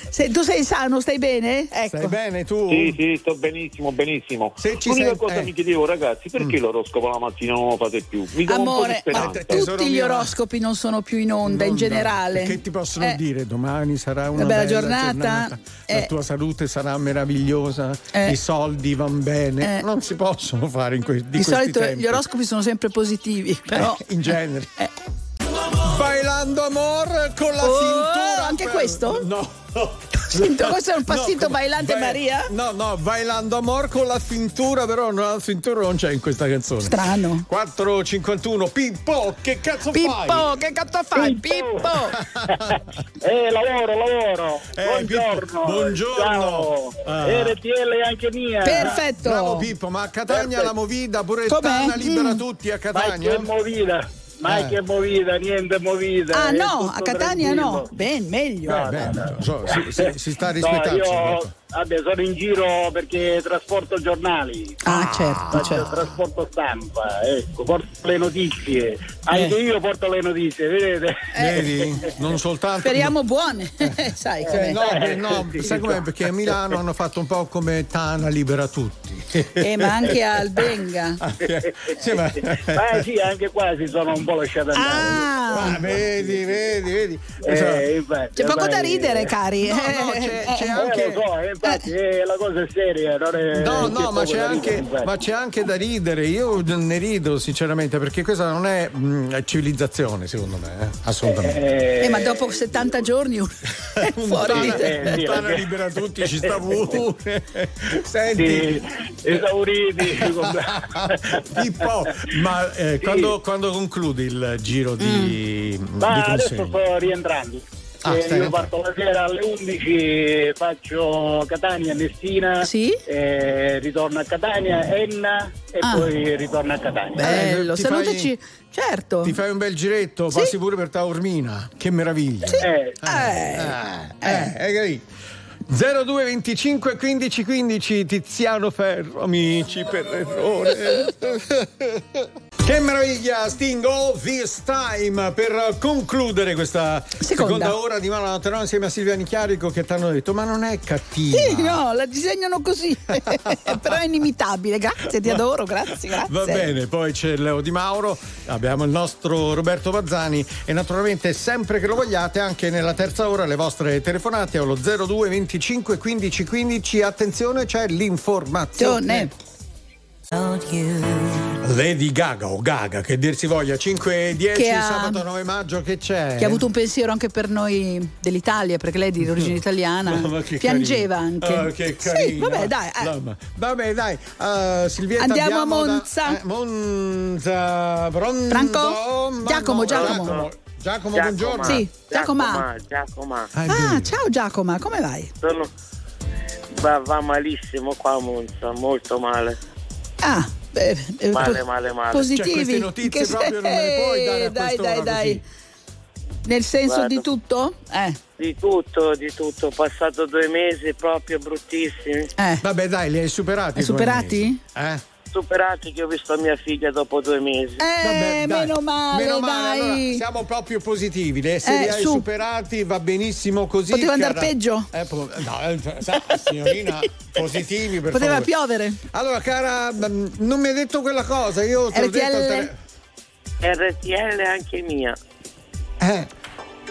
Speaker 2: Se- tu sei sano, stai bene? Ecco.
Speaker 1: Stai bene tu?
Speaker 6: Sì, sì, sto benissimo, benissimo.
Speaker 1: Mm. Se ci
Speaker 6: L'unica
Speaker 1: sei-
Speaker 6: cosa
Speaker 1: eh. Mm.
Speaker 6: mi chiedevo, ragazzi, perché l'oroscopo la mattina non lo fate più? Mi dà un po' di
Speaker 2: Amore, ma
Speaker 6: speranza.
Speaker 1: Te- tesoro
Speaker 2: tutti gli
Speaker 1: mio, ma-
Speaker 2: oroscopi non sono più in onda in
Speaker 1: Nonna,
Speaker 2: generale.
Speaker 1: Che ti possono
Speaker 2: Eh,
Speaker 1: dire? Domani sarà una
Speaker 2: Una bella
Speaker 1: bella
Speaker 2: giornata.
Speaker 1: la
Speaker 2: Eh.
Speaker 1: tua salute sarà meravigliosa,
Speaker 2: Eh.
Speaker 1: i soldi van bene.
Speaker 2: Eh.
Speaker 1: Non si possono fare in que- di
Speaker 2: Di
Speaker 1: questi
Speaker 2: solito
Speaker 1: tempi.
Speaker 2: gli oroscopi sono sempre positivi,
Speaker 1: Eh,
Speaker 2: però
Speaker 1: in genere.
Speaker 2: Eh.
Speaker 1: Bailando amor con la
Speaker 2: Oh,
Speaker 1: cintura.
Speaker 2: anche
Speaker 1: per-
Speaker 2: questo?
Speaker 1: No.
Speaker 2: Sento, questo è un
Speaker 1: No,
Speaker 2: passito
Speaker 1: come-
Speaker 2: bailante
Speaker 1: vai-
Speaker 2: Maria?
Speaker 1: No, no, bailando amor con la cintura, però no, la cintura non c'è in questa canzone.
Speaker 2: Strano.
Speaker 1: 451 Pippo, che cazzo fai?
Speaker 2: Pippo, che cazzo fai? Pippo!
Speaker 6: Eh, lavoro, lavoro.
Speaker 1: Eh, Pippo, buongiorno. Ah.
Speaker 6: RTL anche mia.
Speaker 2: Perfetto.
Speaker 1: Bravo Pippo, ma a Catania la Movida pure
Speaker 2: Com'è?
Speaker 1: Tana libera
Speaker 2: Mm.
Speaker 1: tutti a Catania.
Speaker 6: movida. Ma
Speaker 1: Eh.
Speaker 6: è che movida, niente movida.
Speaker 2: Ah
Speaker 6: è
Speaker 2: no,
Speaker 6: tutto
Speaker 2: a Catania no.
Speaker 6: tranquillo.
Speaker 2: Ben, meglio.
Speaker 6: No,
Speaker 1: Beh,
Speaker 6: no, no.
Speaker 1: so- si, si- si sta
Speaker 6: No,
Speaker 1: rispettando.
Speaker 6: io vabbè, sono in giro perché trasporto giornali,
Speaker 2: Ah, certo,
Speaker 6: faccio
Speaker 2: certo.
Speaker 6: trasporto stampa, ecco, porto le
Speaker 2: Eh.
Speaker 6: notizie. Anche io porto le notizie, vedete?
Speaker 1: Vedi? Non soltanto.
Speaker 2: Speriamo buone, sai
Speaker 1: Eh,
Speaker 2: com'è.
Speaker 1: no, beh, no, sai com'è? Perché a Milano hanno fatto un po' come Tana libera tutti.
Speaker 2: Eh, ma anche al Benga.
Speaker 1: Eh,
Speaker 6: Ah,
Speaker 1: Sì, ma-
Speaker 6: Eh sì, anche qua si sono un po' lasciato andare.
Speaker 2: Ah,
Speaker 1: Ah, vedi, vedi, vedi. Esatto. Cioè,
Speaker 6: Eh, infatti,
Speaker 2: c'è poco
Speaker 6: ormai-
Speaker 2: da ridere, cari.
Speaker 1: No, no, c'è- c'è
Speaker 2: Eh,
Speaker 6: Eh,
Speaker 1: anche-
Speaker 6: lo so, eh, infatti, eh, la cosa è seria, non è-
Speaker 1: No,
Speaker 6: eh, poco
Speaker 1: no, ma c'è,
Speaker 6: da ridere,
Speaker 1: anche,
Speaker 6: infatti.
Speaker 1: ma c'è anche da ridere. Io ne rido, sinceramente, perché questa non è mh, civilizzazione, secondo me. eh. Assolutamente.
Speaker 6: Eh,
Speaker 2: eh, ma dopo 70 giorni uno è fuori di te.
Speaker 6: eh, sì,
Speaker 1: Tana
Speaker 6: perché-
Speaker 1: libera tutti, ci sta pure. Senti,
Speaker 6: sì, esauriti.
Speaker 1: Pippo, ma eh,
Speaker 6: Sì. Mm.
Speaker 1: quando, quando concludi il giro di, di
Speaker 6: Ma adesso
Speaker 1: consegna?
Speaker 6: sto rientrando.
Speaker 1: Ah,
Speaker 6: Eh,
Speaker 1: stai
Speaker 6: io parto la sera alle 11, faccio Catania, Messina,
Speaker 2: Sì?
Speaker 6: eh, ritorno a Catania, Enna e
Speaker 2: Ah.
Speaker 6: poi ritorno a Catania.
Speaker 2: Bello,
Speaker 1: ti
Speaker 2: salutaci. Certo.
Speaker 1: Ti fai un bel giretto,
Speaker 2: Sì.
Speaker 1: passi pure per Taormina. Che meraviglia.
Speaker 6: Eh,
Speaker 1: Eh, eh, eh, eh. 02 25 15 15 Tiziano Ferro, amici per errore. che meraviglia, Stingo This Time per concludere questa seconda,
Speaker 2: Seconda.
Speaker 1: ora di Mano Laterano insieme a Silvia Nichiarico che ti hanno detto ma non è cattiva.
Speaker 2: Sì, no, la disegnano così, però è inimitabile. Grazie, ti adoro, grazie, grazie.
Speaker 1: Va bene, poi c'è Leo Di Mauro, abbiamo il nostro Roberto Bazzani e naturalmente sempre che lo vogliate anche nella terza ora le vostre telefonate allo 02 25 15 15, attenzione c'è l'informazione.
Speaker 2: Attenzione.
Speaker 1: Lady Gaga o Gaga che dir si voglia, 5 e 10
Speaker 2: Che ha-
Speaker 1: sabato 9 maggio che c'è?
Speaker 2: Che ha avuto un pensiero anche per noi dell'Italia, perché lei è di origine italiana.
Speaker 1: Ma- ma che
Speaker 2: Piangeva
Speaker 1: carina.
Speaker 2: anche.
Speaker 1: Ah, che
Speaker 2: sì,
Speaker 1: carina.
Speaker 2: vabbè, dai. eh.
Speaker 1: No, ma- vabbè, dai. eh, Silvietta,
Speaker 2: Andiamo a
Speaker 1: da-
Speaker 2: Monza.
Speaker 1: eh, Monza. Pronto?
Speaker 2: Franco?
Speaker 1: Ma
Speaker 2: Giacomo,
Speaker 1: no,
Speaker 2: Giacomo.
Speaker 1: Giacomo, Giacomo, buongiorno.
Speaker 2: Sì, Giacoma.
Speaker 10: Giacomo,
Speaker 1: Ah, è
Speaker 2: Ah,
Speaker 1: vero.
Speaker 2: ciao Giacoma, come vai?
Speaker 10: sono... va, va malissimo qua a Monza, molto male.
Speaker 2: Ah, beh, eh,
Speaker 10: Male,
Speaker 2: po-
Speaker 10: male, male.
Speaker 2: Positivi.
Speaker 1: Cioè, queste notizie
Speaker 2: In che
Speaker 1: proprio non me le puoi dare a
Speaker 2: Eh, Dai,
Speaker 1: quest'ora
Speaker 2: dai, dai. Nel senso
Speaker 10: Guarda.
Speaker 2: di tutto? Eh,
Speaker 10: Di tutto, di tutto. Ho passato due mesi proprio bruttissimi.
Speaker 2: eh.
Speaker 1: Vabbè, dai, li hai superati.
Speaker 2: Hai
Speaker 1: come
Speaker 2: superati?
Speaker 1: mesi. Eh?
Speaker 10: Superati che ho visto mia figlia dopo due mesi.
Speaker 1: Vabbè,
Speaker 2: Eh,
Speaker 1: dai.
Speaker 2: meno male,
Speaker 1: Meno male,
Speaker 2: dai.
Speaker 1: allora, siamo proprio positivi. Le- se
Speaker 2: Eh,
Speaker 1: li hai
Speaker 2: su.
Speaker 1: superati va benissimo così.
Speaker 2: Poteva
Speaker 1: cara-
Speaker 2: andar peggio?
Speaker 1: Eh, po- no, eh, sa- signorina, positivi per
Speaker 2: Poteva
Speaker 1: favore.
Speaker 2: piovere.
Speaker 1: Allora, cara, mm, non mi hai detto quella cosa. Io te l'ho detto. al
Speaker 2: RTL?
Speaker 10: RTL anche mia.
Speaker 1: Eh,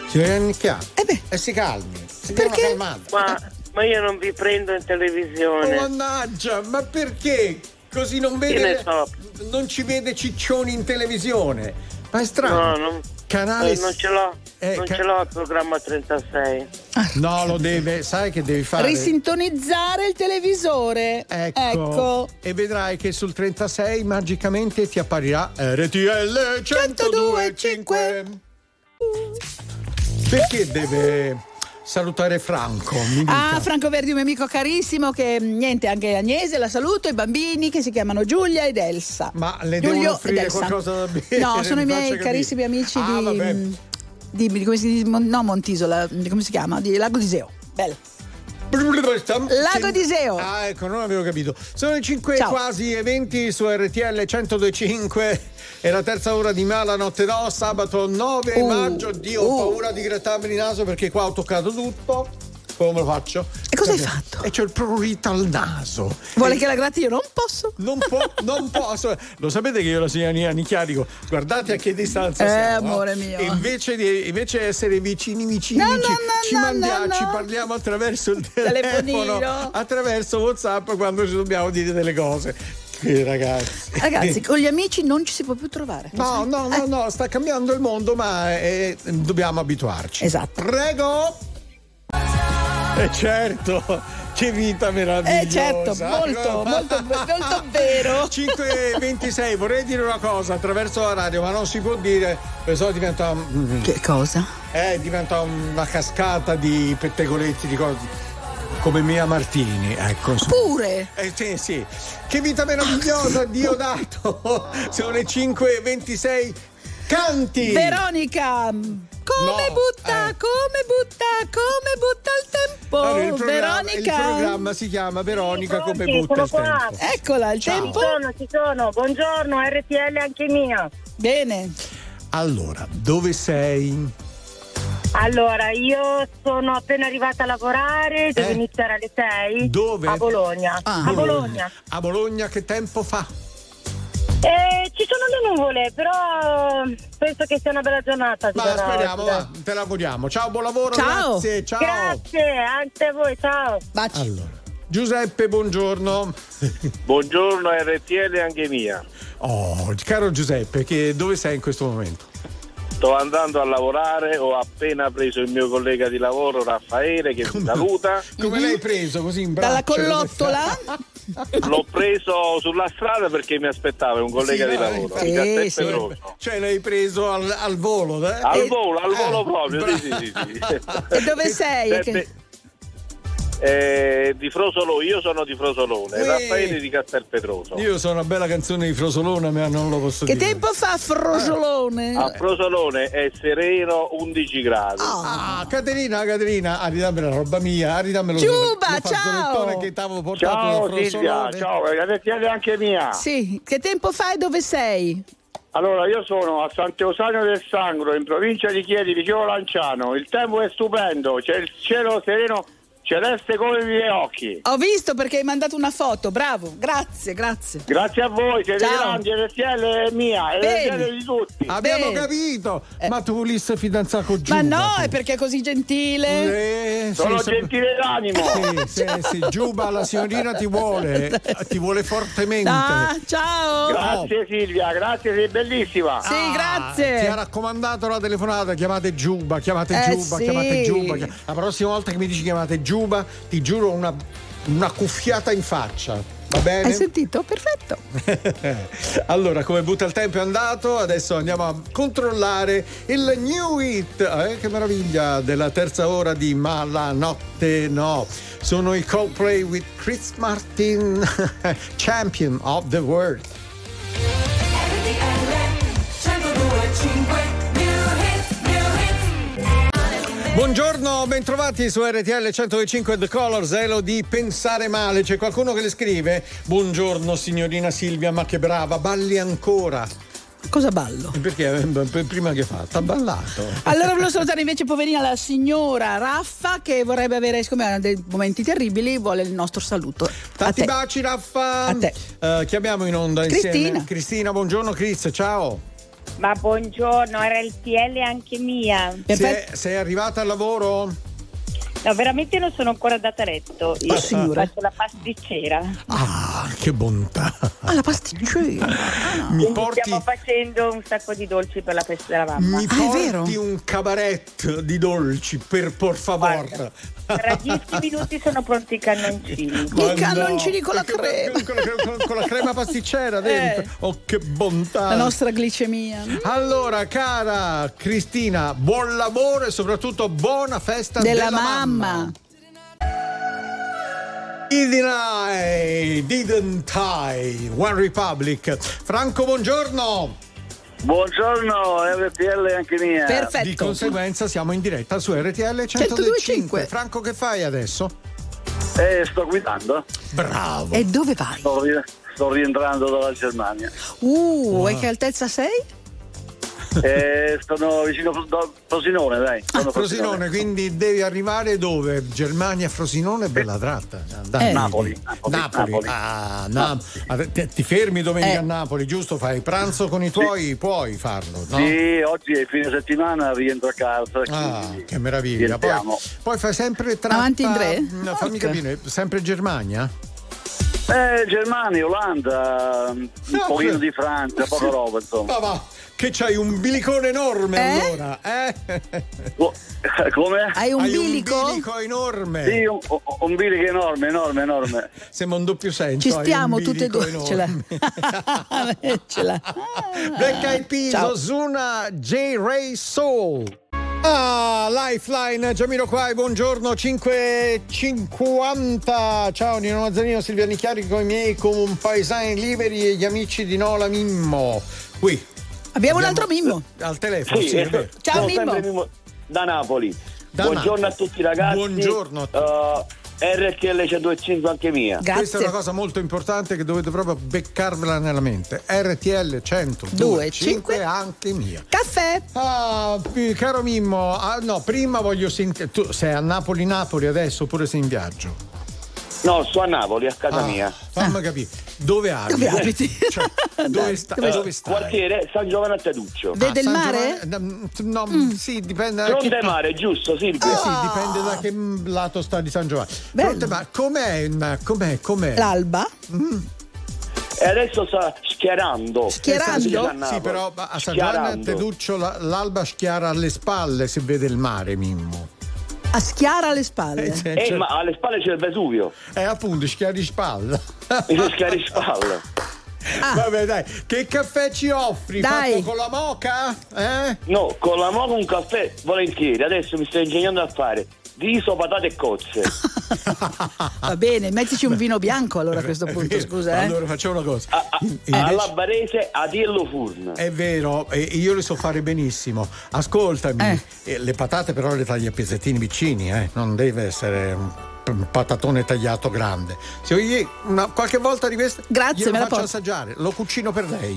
Speaker 1: signorina Nicchia.
Speaker 2: Eh beh.
Speaker 1: si calmi. Si
Speaker 2: Perché?
Speaker 1: calmata.
Speaker 10: Ma, ma io non vi prendo in televisione.
Speaker 1: Oh, mannaggia, ma perché? Così non vede.
Speaker 10: ne so.
Speaker 1: Non ci vede ciccioni in televisione. Ma è strano.
Speaker 10: No, non,
Speaker 1: Canale
Speaker 10: eh, non ce l'ho.
Speaker 1: Eh,
Speaker 10: non
Speaker 1: ca-
Speaker 10: ce l'ho il programma 36.
Speaker 1: No, lo deve, sai che devi fare?
Speaker 2: Risintonizzare il televisore.
Speaker 1: Ecco,
Speaker 2: Ecco.
Speaker 1: E vedrai che sul 36 magicamente ti apparirà eh, RTL 1025. Perché deve salutare Franco? Mi dica.
Speaker 2: Ah, Franco Verdi, un mio amico carissimo che mh, niente, anche Agnese la saluto, i bambini che si chiamano Giulia ed Elsa.
Speaker 1: Ma le
Speaker 2: Giulio
Speaker 1: devono
Speaker 2: ed
Speaker 1: offrire
Speaker 2: Elsa.
Speaker 1: qualcosa da bere?
Speaker 2: No,
Speaker 1: Mi
Speaker 2: sono i miei
Speaker 1: faccia capire.
Speaker 2: carissimi amici
Speaker 1: Ah,
Speaker 2: di,
Speaker 1: vabbè.
Speaker 2: mh, di, di- come si dice, Mon- no Montisola, di- come si chiama? Di Lago di Seo. Bello. Lago di Seo.
Speaker 1: Ah, ecco, non avevo capito. Sono le 5
Speaker 2: Ciao.
Speaker 1: quasi e 20 su RTL 1025. È la terza ora di Mala Notte No, sabato 9
Speaker 2: Uh,
Speaker 1: maggio. Dio, ho
Speaker 2: uh.
Speaker 1: paura di grattarmi il naso perché qua ho toccato tutto. Come lo faccio?
Speaker 2: E cosa hai
Speaker 1: Perché-
Speaker 2: fatto?
Speaker 1: E c'ho il prurito al naso.
Speaker 2: Vuole
Speaker 1: E-
Speaker 2: che la gratti io? Non posso.
Speaker 1: Non, po- non posso. Lo sapete che io e la signorina Nicchiarico, guardate a che distanza
Speaker 2: Eh,
Speaker 1: siamo.
Speaker 2: amore mio.
Speaker 1: Invece di invece di essere vicini, vicini,
Speaker 2: No,
Speaker 1: ci,
Speaker 2: no, no,
Speaker 1: ci
Speaker 2: no,
Speaker 1: mandia-
Speaker 2: no,
Speaker 1: ci
Speaker 2: no.
Speaker 1: parliamo attraverso il
Speaker 2: Telefonino.
Speaker 1: telefono, attraverso WhatsApp quando ci dobbiamo dire delle cose. Che ragazzi.
Speaker 2: Ragazzi, con gli amici non ci si può più trovare.
Speaker 1: No, no, no, no, sta cambiando il mondo, ma eh, dobbiamo abituarci.
Speaker 2: Esatto.
Speaker 1: Prego! E certo, che vita meravigliosa!
Speaker 2: Eh, certo, molto, molto, molto vero.
Speaker 1: 5.26, vorrei dire una cosa attraverso la radio, ma non si può dire, perché sennò diventa, mm,
Speaker 2: Che cosa?
Speaker 1: eh, diventa una cascata di pettegoletti, di cose. Come Mia Martini, ecco. insomma.
Speaker 9: Uh.
Speaker 2: Pure.
Speaker 1: Eh, sì, sì. Che vita meravigliosa, Dio dato! Sono le 5.26. Canti!
Speaker 2: Veronica! Come butta, come butta, come butta il tempo!
Speaker 1: eh. Allora, il, programma,
Speaker 2: Veronica!
Speaker 1: il programma si chiama Veronica come
Speaker 9: pronti,
Speaker 1: butta il
Speaker 9: sono qua.
Speaker 1: tempo.
Speaker 2: Eccola, il
Speaker 1: Ciao.
Speaker 2: tempo.
Speaker 9: Ci sono, ci sono. Buongiorno, RTL anche mia.
Speaker 2: Bene.
Speaker 1: Allora, dove sei?
Speaker 9: Allora, io sono appena arrivata a lavorare, devo
Speaker 1: Eh?
Speaker 9: iniziare alle 6.
Speaker 1: Dove?
Speaker 9: A Bologna.
Speaker 2: Ah.
Speaker 9: A Bologna.
Speaker 1: A Bologna che tempo fa?
Speaker 9: Eh, ci sono le nuvole, però penso che sia una bella giornata.
Speaker 1: Ma
Speaker 9: signora
Speaker 1: speriamo,
Speaker 9: Oda.
Speaker 1: va, te l'auguriamo. Ciao, buon lavoro,
Speaker 2: Ciao.
Speaker 1: grazie, ciao.
Speaker 9: Grazie, anche a voi, ciao.
Speaker 2: Baci.
Speaker 1: Allora, Giuseppe, buongiorno.
Speaker 6: Buongiorno RTL anche mia.
Speaker 1: Oh, caro Giuseppe, che dove sei in questo momento?
Speaker 6: Sto andando a lavorare, ho appena preso il mio collega di lavoro Raffaele che mi saluta.
Speaker 1: Come l'hai preso così in braccio?
Speaker 2: Mm-hmm. Dalla
Speaker 1: Come
Speaker 2: collottola?
Speaker 6: L'ho preso sulla strada perché mi aspettava un collega
Speaker 1: Sì,
Speaker 6: di
Speaker 1: no,
Speaker 6: lavoro,
Speaker 2: sì,
Speaker 6: Giuseppe
Speaker 2: sì.
Speaker 6: Rosso.
Speaker 1: sta? Cioè l'hai preso al, al volo, eh?
Speaker 6: Al
Speaker 1: Eh,
Speaker 6: volo, al volo
Speaker 1: eh,
Speaker 6: proprio,
Speaker 1: bra-
Speaker 6: sì, sì, sì,
Speaker 2: E
Speaker 6: sì.
Speaker 2: dove sei?
Speaker 6: Giuseppe-
Speaker 2: Che-
Speaker 6: Eh, di Frosolone, io sono di Frosolone,
Speaker 1: Uè.
Speaker 6: Raffaele di Castelpetroso.
Speaker 1: Io so una bella canzone di Frosolona, ma non lo posso
Speaker 2: Che
Speaker 1: dire.
Speaker 2: tempo fa Frosolone?
Speaker 5: Ah,
Speaker 6: A Frosolone è sereno 11 gradi.
Speaker 1: Ah, Caterina, Caterina, ah, ridammela la roba mia, ah, ridammelo
Speaker 2: Giuba,
Speaker 1: lo fazzolettone
Speaker 2: ciao.
Speaker 1: che t'avevo portato
Speaker 10: Ciao
Speaker 1: da
Speaker 10: Silvia,
Speaker 1: Frosolone.
Speaker 10: ciao, RTL anche mia.
Speaker 2: Sì, che tempo fa e dove sei?
Speaker 10: Allora, io sono a Sant'Eusanio del Sangro, in provincia di Chieti, vicino "Oh, Lanciano. Il tempo è stupendo, c'è il cielo sereno, celeste come i miei occhi.
Speaker 2: Ho visto perché hai mandato una foto, bravo, grazie, grazie.
Speaker 10: Grazie a voi, siete
Speaker 2: Ciao.
Speaker 10: grandi, RTL è mia,
Speaker 2: Bene. Ah,
Speaker 10: RTL di tutti.
Speaker 1: Abbiamo
Speaker 2: Bene.
Speaker 1: capito, ma tu volessi fidanzato con Giuba.
Speaker 2: Eh. Ma no,
Speaker 1: tu.
Speaker 2: è perché è così
Speaker 1: Eh,
Speaker 2: gentile.
Speaker 1: sì,
Speaker 10: Sono
Speaker 1: sì.
Speaker 10: gentile d'animo.
Speaker 1: Sì, sì, sì, Giuba, la signorina ti vuole, eh, ti vuole fortemente.
Speaker 2: Ah, ciao.
Speaker 10: Grazie Silvia, grazie, sei bellissima.
Speaker 2: Sì,
Speaker 1: Ah,
Speaker 2: grazie.
Speaker 1: Ti ha raccomandato la telefonata, chiamate Giuba, chiamate
Speaker 2: Eh,
Speaker 1: Giuba,
Speaker 2: sì.
Speaker 1: chiamate Giuba. Chia- La prossima volta che mi dici chiamate Giuba, ti giuro una, una cuffiata in faccia. Va bene?
Speaker 2: Hai sentito? Perfetto.
Speaker 1: allora, come butta il tempo è andato, adesso andiamo a controllare il New Hit. Eh, che meraviglia della terza ora di Ma la notte no. Sono i Coldplay with Chris Martin, Champion of the World. Buongiorno, bentrovati su RTL 105 The Colors, Elo di Pensare Male. C'è qualcuno che le scrive? Buongiorno signorina Silvia, ma che brava, balli ancora.
Speaker 2: Cosa ballo?
Speaker 1: Perché eh, p- prima che fa? T'ha ballato.
Speaker 2: Allora volevo salutare invece poverina la signora Raffa che vorrebbe avere, siccome ha dei momenti terribili, vuole il nostro saluto. A
Speaker 1: Tanti
Speaker 2: te.
Speaker 1: baci Raffa.
Speaker 2: A te.
Speaker 1: Eh, chiamiamo in onda insieme.
Speaker 2: Cristina.
Speaker 1: Cristina, buongiorno Chris, ciao.
Speaker 9: Ma buongiorno, RTL anche mia.
Speaker 1: Sei,
Speaker 2: Perfetto.
Speaker 1: sei arrivata al lavoro?
Speaker 9: No, veramente non sono ancora andata a letto. Io
Speaker 2: Ah, signora.
Speaker 9: faccio la pasticcera.
Speaker 1: Ah, che bontà.
Speaker 2: Ah, la pasticcera.
Speaker 1: Mi
Speaker 9: Quindi
Speaker 1: porti,
Speaker 9: Stiamo facendo un sacco di dolci per la festa della mamma.
Speaker 1: mi
Speaker 2: Ah, è vero?
Speaker 1: porti un cabaret di dolci, per por favor.
Speaker 9: Tra dieci minuti sono pronti i cannoncini.
Speaker 1: Ma
Speaker 2: I cannoncini con la crema.
Speaker 1: Con, con- con la crema pasticcera dentro.
Speaker 2: Eh.
Speaker 1: Oh, che bontà!
Speaker 2: La nostra glicemia.
Speaker 1: Allora, cara Cristina, buon lavoro e soprattutto buona festa
Speaker 2: Della
Speaker 1: della, Eh,
Speaker 2: mamma.
Speaker 1: Didn't I, didn't I, One Republic. Franco, buongiorno.
Speaker 10: Buongiorno RTL anche mia.
Speaker 1: Di
Speaker 2: Perfetto.
Speaker 1: conseguenza siamo in diretta su RTL
Speaker 2: 102.5.
Speaker 1: 102.5. Franco, che fai adesso?
Speaker 10: Eh, sto guidando,
Speaker 1: Bravo.
Speaker 2: E dove vai?
Speaker 10: sto, ri- sto rientrando dalla Germania.
Speaker 2: Uh, e che altezza sei?
Speaker 10: Eh, sono vicino a Fro- Frosinone, dai.
Speaker 1: Ah,
Speaker 10: Sono a
Speaker 1: Frosinone, quindi devi arrivare dove? Germania, Frosinone, bella tratta. Dai,
Speaker 2: Eh.
Speaker 10: Napoli,
Speaker 1: Napoli.
Speaker 10: Napoli, Napoli.
Speaker 1: Ah, Nam- Ah, te- ti fermi domenica
Speaker 2: Eh.
Speaker 1: a Napoli, giusto? Fai pranzo con i tuoi, puoi farlo, no?
Speaker 10: Sì, oggi è fine settimana, rientro a casa.
Speaker 1: Ah,
Speaker 10: quindi
Speaker 1: che meraviglia. Poi,
Speaker 10: rientriamo.
Speaker 1: poi fai sempre tratta
Speaker 2: Avanti in tre?
Speaker 1: Mm, Fammi
Speaker 2: Porca.
Speaker 1: capire, sempre Germania?
Speaker 10: Eh, Germania, Olanda, un
Speaker 1: Ah,
Speaker 10: pochino di Francia, poca roba, insomma.
Speaker 1: Ma va, che c'hai un bilicone enorme
Speaker 2: Eh?
Speaker 1: allora, eh?
Speaker 10: Co- Come?
Speaker 2: Hai un
Speaker 1: Hai
Speaker 2: bilico?
Speaker 1: un bilico enorme.
Speaker 10: Sì, un, un bilico enorme, enorme, enorme.
Speaker 1: Sembra un doppio senso.
Speaker 2: Ci
Speaker 1: hai un
Speaker 2: stiamo tutte e
Speaker 1: bilico
Speaker 2: due. Ce l'ha.
Speaker 1: enorme.
Speaker 2: Ce l'ha.
Speaker 1: Black Eyed Peas,
Speaker 2: Ah. Ciao.
Speaker 1: Ozuna, J-Ray Soul. Ah, Lifeline, Giamiro Quai, buongiorno, 5.50. Ciao Nino Mazzanino, Silvia Nicchiari con i miei compaesani liberi e gli amici di Nola Mimmo. Qui,
Speaker 2: Abbiamo un altro Mimmo.
Speaker 1: Al telefono, sì,
Speaker 6: eh.
Speaker 1: è vero.
Speaker 2: Ciao,
Speaker 6: sono sempre
Speaker 2: Mimmo.
Speaker 6: da Napoli.
Speaker 1: Da
Speaker 6: Buongiorno
Speaker 1: Napoli.
Speaker 6: a tutti ragazzi.
Speaker 1: Buongiorno a
Speaker 6: Eh, RTL 125 anche mia.
Speaker 1: Questa è una cosa molto importante che dovete proprio beccarvela nella mente. RTL 100
Speaker 2: Due,
Speaker 1: 2, 5 anche mia.
Speaker 2: Caffè.
Speaker 1: Ah, pi- caro Mimmo, ah, no, prima voglio sentire. Tu sei a Napoli Napoli adesso oppure sei in viaggio? Ah,
Speaker 6: No, sto a Napoli, a casa mia.
Speaker 1: Fammi capire. Dove abiti?
Speaker 6: Dove
Speaker 1: Cioè, dove, sta-
Speaker 6: Eh,
Speaker 1: dove stai?
Speaker 6: Quartiere San Giovanni a Teduccio.
Speaker 1: Ah, San Giovanni- ehm, No, sì, dipende da
Speaker 6: Fronte
Speaker 1: chi-
Speaker 6: mare, giusto Silvio?
Speaker 2: Ah.
Speaker 1: Eh sì, dipende da che mm, lato sta di San Giovanni. Pronto, ma com'è, ma com'è, com'è?
Speaker 2: L'alba?
Speaker 6: E adesso sta schierando.
Speaker 1: Sì, però ma a San Giovanni a Teduccio la- l'alba schiara alle spalle, si vede il mare, Mimmo.
Speaker 2: A schiara alle spalle.
Speaker 1: Eh, cioè,
Speaker 6: Eh,
Speaker 1: cioè-
Speaker 6: ma alle spalle c'è il Vesuvio.
Speaker 1: Eh, appunto, schiari spalla.
Speaker 2: Ah,
Speaker 6: Schiari spalla.
Speaker 1: Vabbè, dai, che caffè ci offri?
Speaker 6: Dai.
Speaker 1: Fatto con la moca? Eh?
Speaker 6: No, con la moca un caffè volentieri. Adesso mi sto ingegnando a fare riso, patate e cozze.
Speaker 1: Ah.
Speaker 2: Va bene, mettici un vino bianco allora a questo punto, scusa. Eh.
Speaker 1: Allora facciamo una cosa. In-
Speaker 6: Ah, Alla
Speaker 1: invece-
Speaker 6: barese Adiello Furn.
Speaker 1: È vero, eh, io le so fare benissimo. Ascoltami, eh, le patate però le tagli a pezzettini vicini, eh, non deve essere un p- un patatone tagliato grande. Se io una, qualche volta di queste
Speaker 2: Grazie,
Speaker 1: glielo
Speaker 2: me la
Speaker 1: faccio
Speaker 2: porto.
Speaker 1: assaggiare, lo cucino per lei.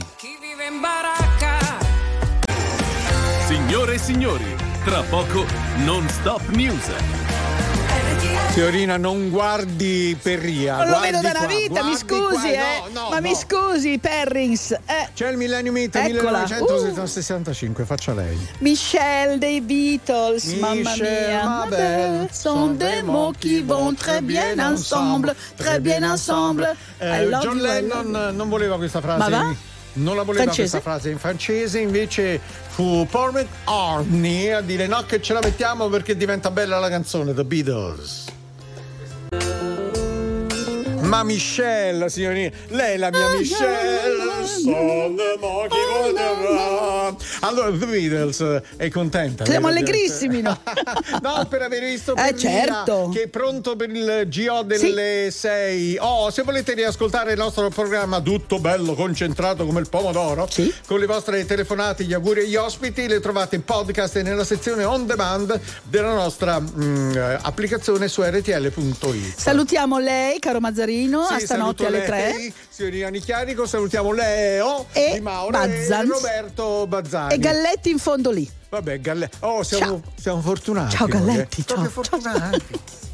Speaker 11: Signore e signori, tra poco non stop news.
Speaker 1: Fiorina, non guardi Perria.
Speaker 2: Non lo
Speaker 1: guardi
Speaker 2: vedo da una
Speaker 1: qua,
Speaker 2: vita,
Speaker 1: guardi
Speaker 2: mi scusi,
Speaker 1: qua.
Speaker 2: eh.
Speaker 1: No, no,
Speaker 2: ma mi
Speaker 1: no.
Speaker 2: scusi, Perrins. eh.
Speaker 1: C'è il Millennium Meet
Speaker 2: Eccola.
Speaker 1: 1965, faccia lei.
Speaker 2: Michelle dei Beatles, mamma
Speaker 1: Michel,
Speaker 2: mia.
Speaker 1: ma
Speaker 2: belle, sont des mots qui vont très bien ensemble, très bien ensemble.
Speaker 1: Eh,
Speaker 2: I love
Speaker 1: John
Speaker 2: you, I love
Speaker 1: Lennon eh, non voleva questa frase.
Speaker 2: Ma va?
Speaker 1: in- Non la voleva
Speaker 2: Francese?
Speaker 1: questa frase in francese, invece fu Paul McCartney a dire no che ce la mettiamo perché diventa bella la canzone The Beatles. Ma Michelle, signorina, lei è la
Speaker 2: Ah,
Speaker 1: mia Michelle. son the monkey
Speaker 2: Oh,
Speaker 1: on the run. Allora, The Beatles eh, è contenta.
Speaker 2: Siamo
Speaker 1: vero?
Speaker 2: allegrissimi, no?
Speaker 1: No, per aver visto
Speaker 2: Eh,
Speaker 1: Perrina,
Speaker 2: certo.
Speaker 1: che è pronto per il GO delle 6. Oh, se volete riascoltare il nostro programma tutto bello, concentrato come il pomodoro, con le vostre telefonate, gli auguri e gli ospiti, le trovate in podcast e nella sezione on demand della nostra mm, eh, applicazione su rtl.it.
Speaker 2: Salutiamo lei, caro Mazzarino, a
Speaker 1: Sì,
Speaker 2: stanotte
Speaker 1: saluto
Speaker 2: alle
Speaker 1: lei,
Speaker 2: 3.
Speaker 1: Signorina Nichiarico, salutiamo Leo
Speaker 2: E
Speaker 1: Di Mauro
Speaker 2: Bazzans.
Speaker 1: e Roberto Bazzani.
Speaker 2: E Galletti in fondo lì.
Speaker 1: Ah, Vabbè, Galle- Oh, siamo, siamo fortunati.
Speaker 2: Ciao,
Speaker 1: noi, eh.
Speaker 2: Galletti,
Speaker 1: Proprio fortunati.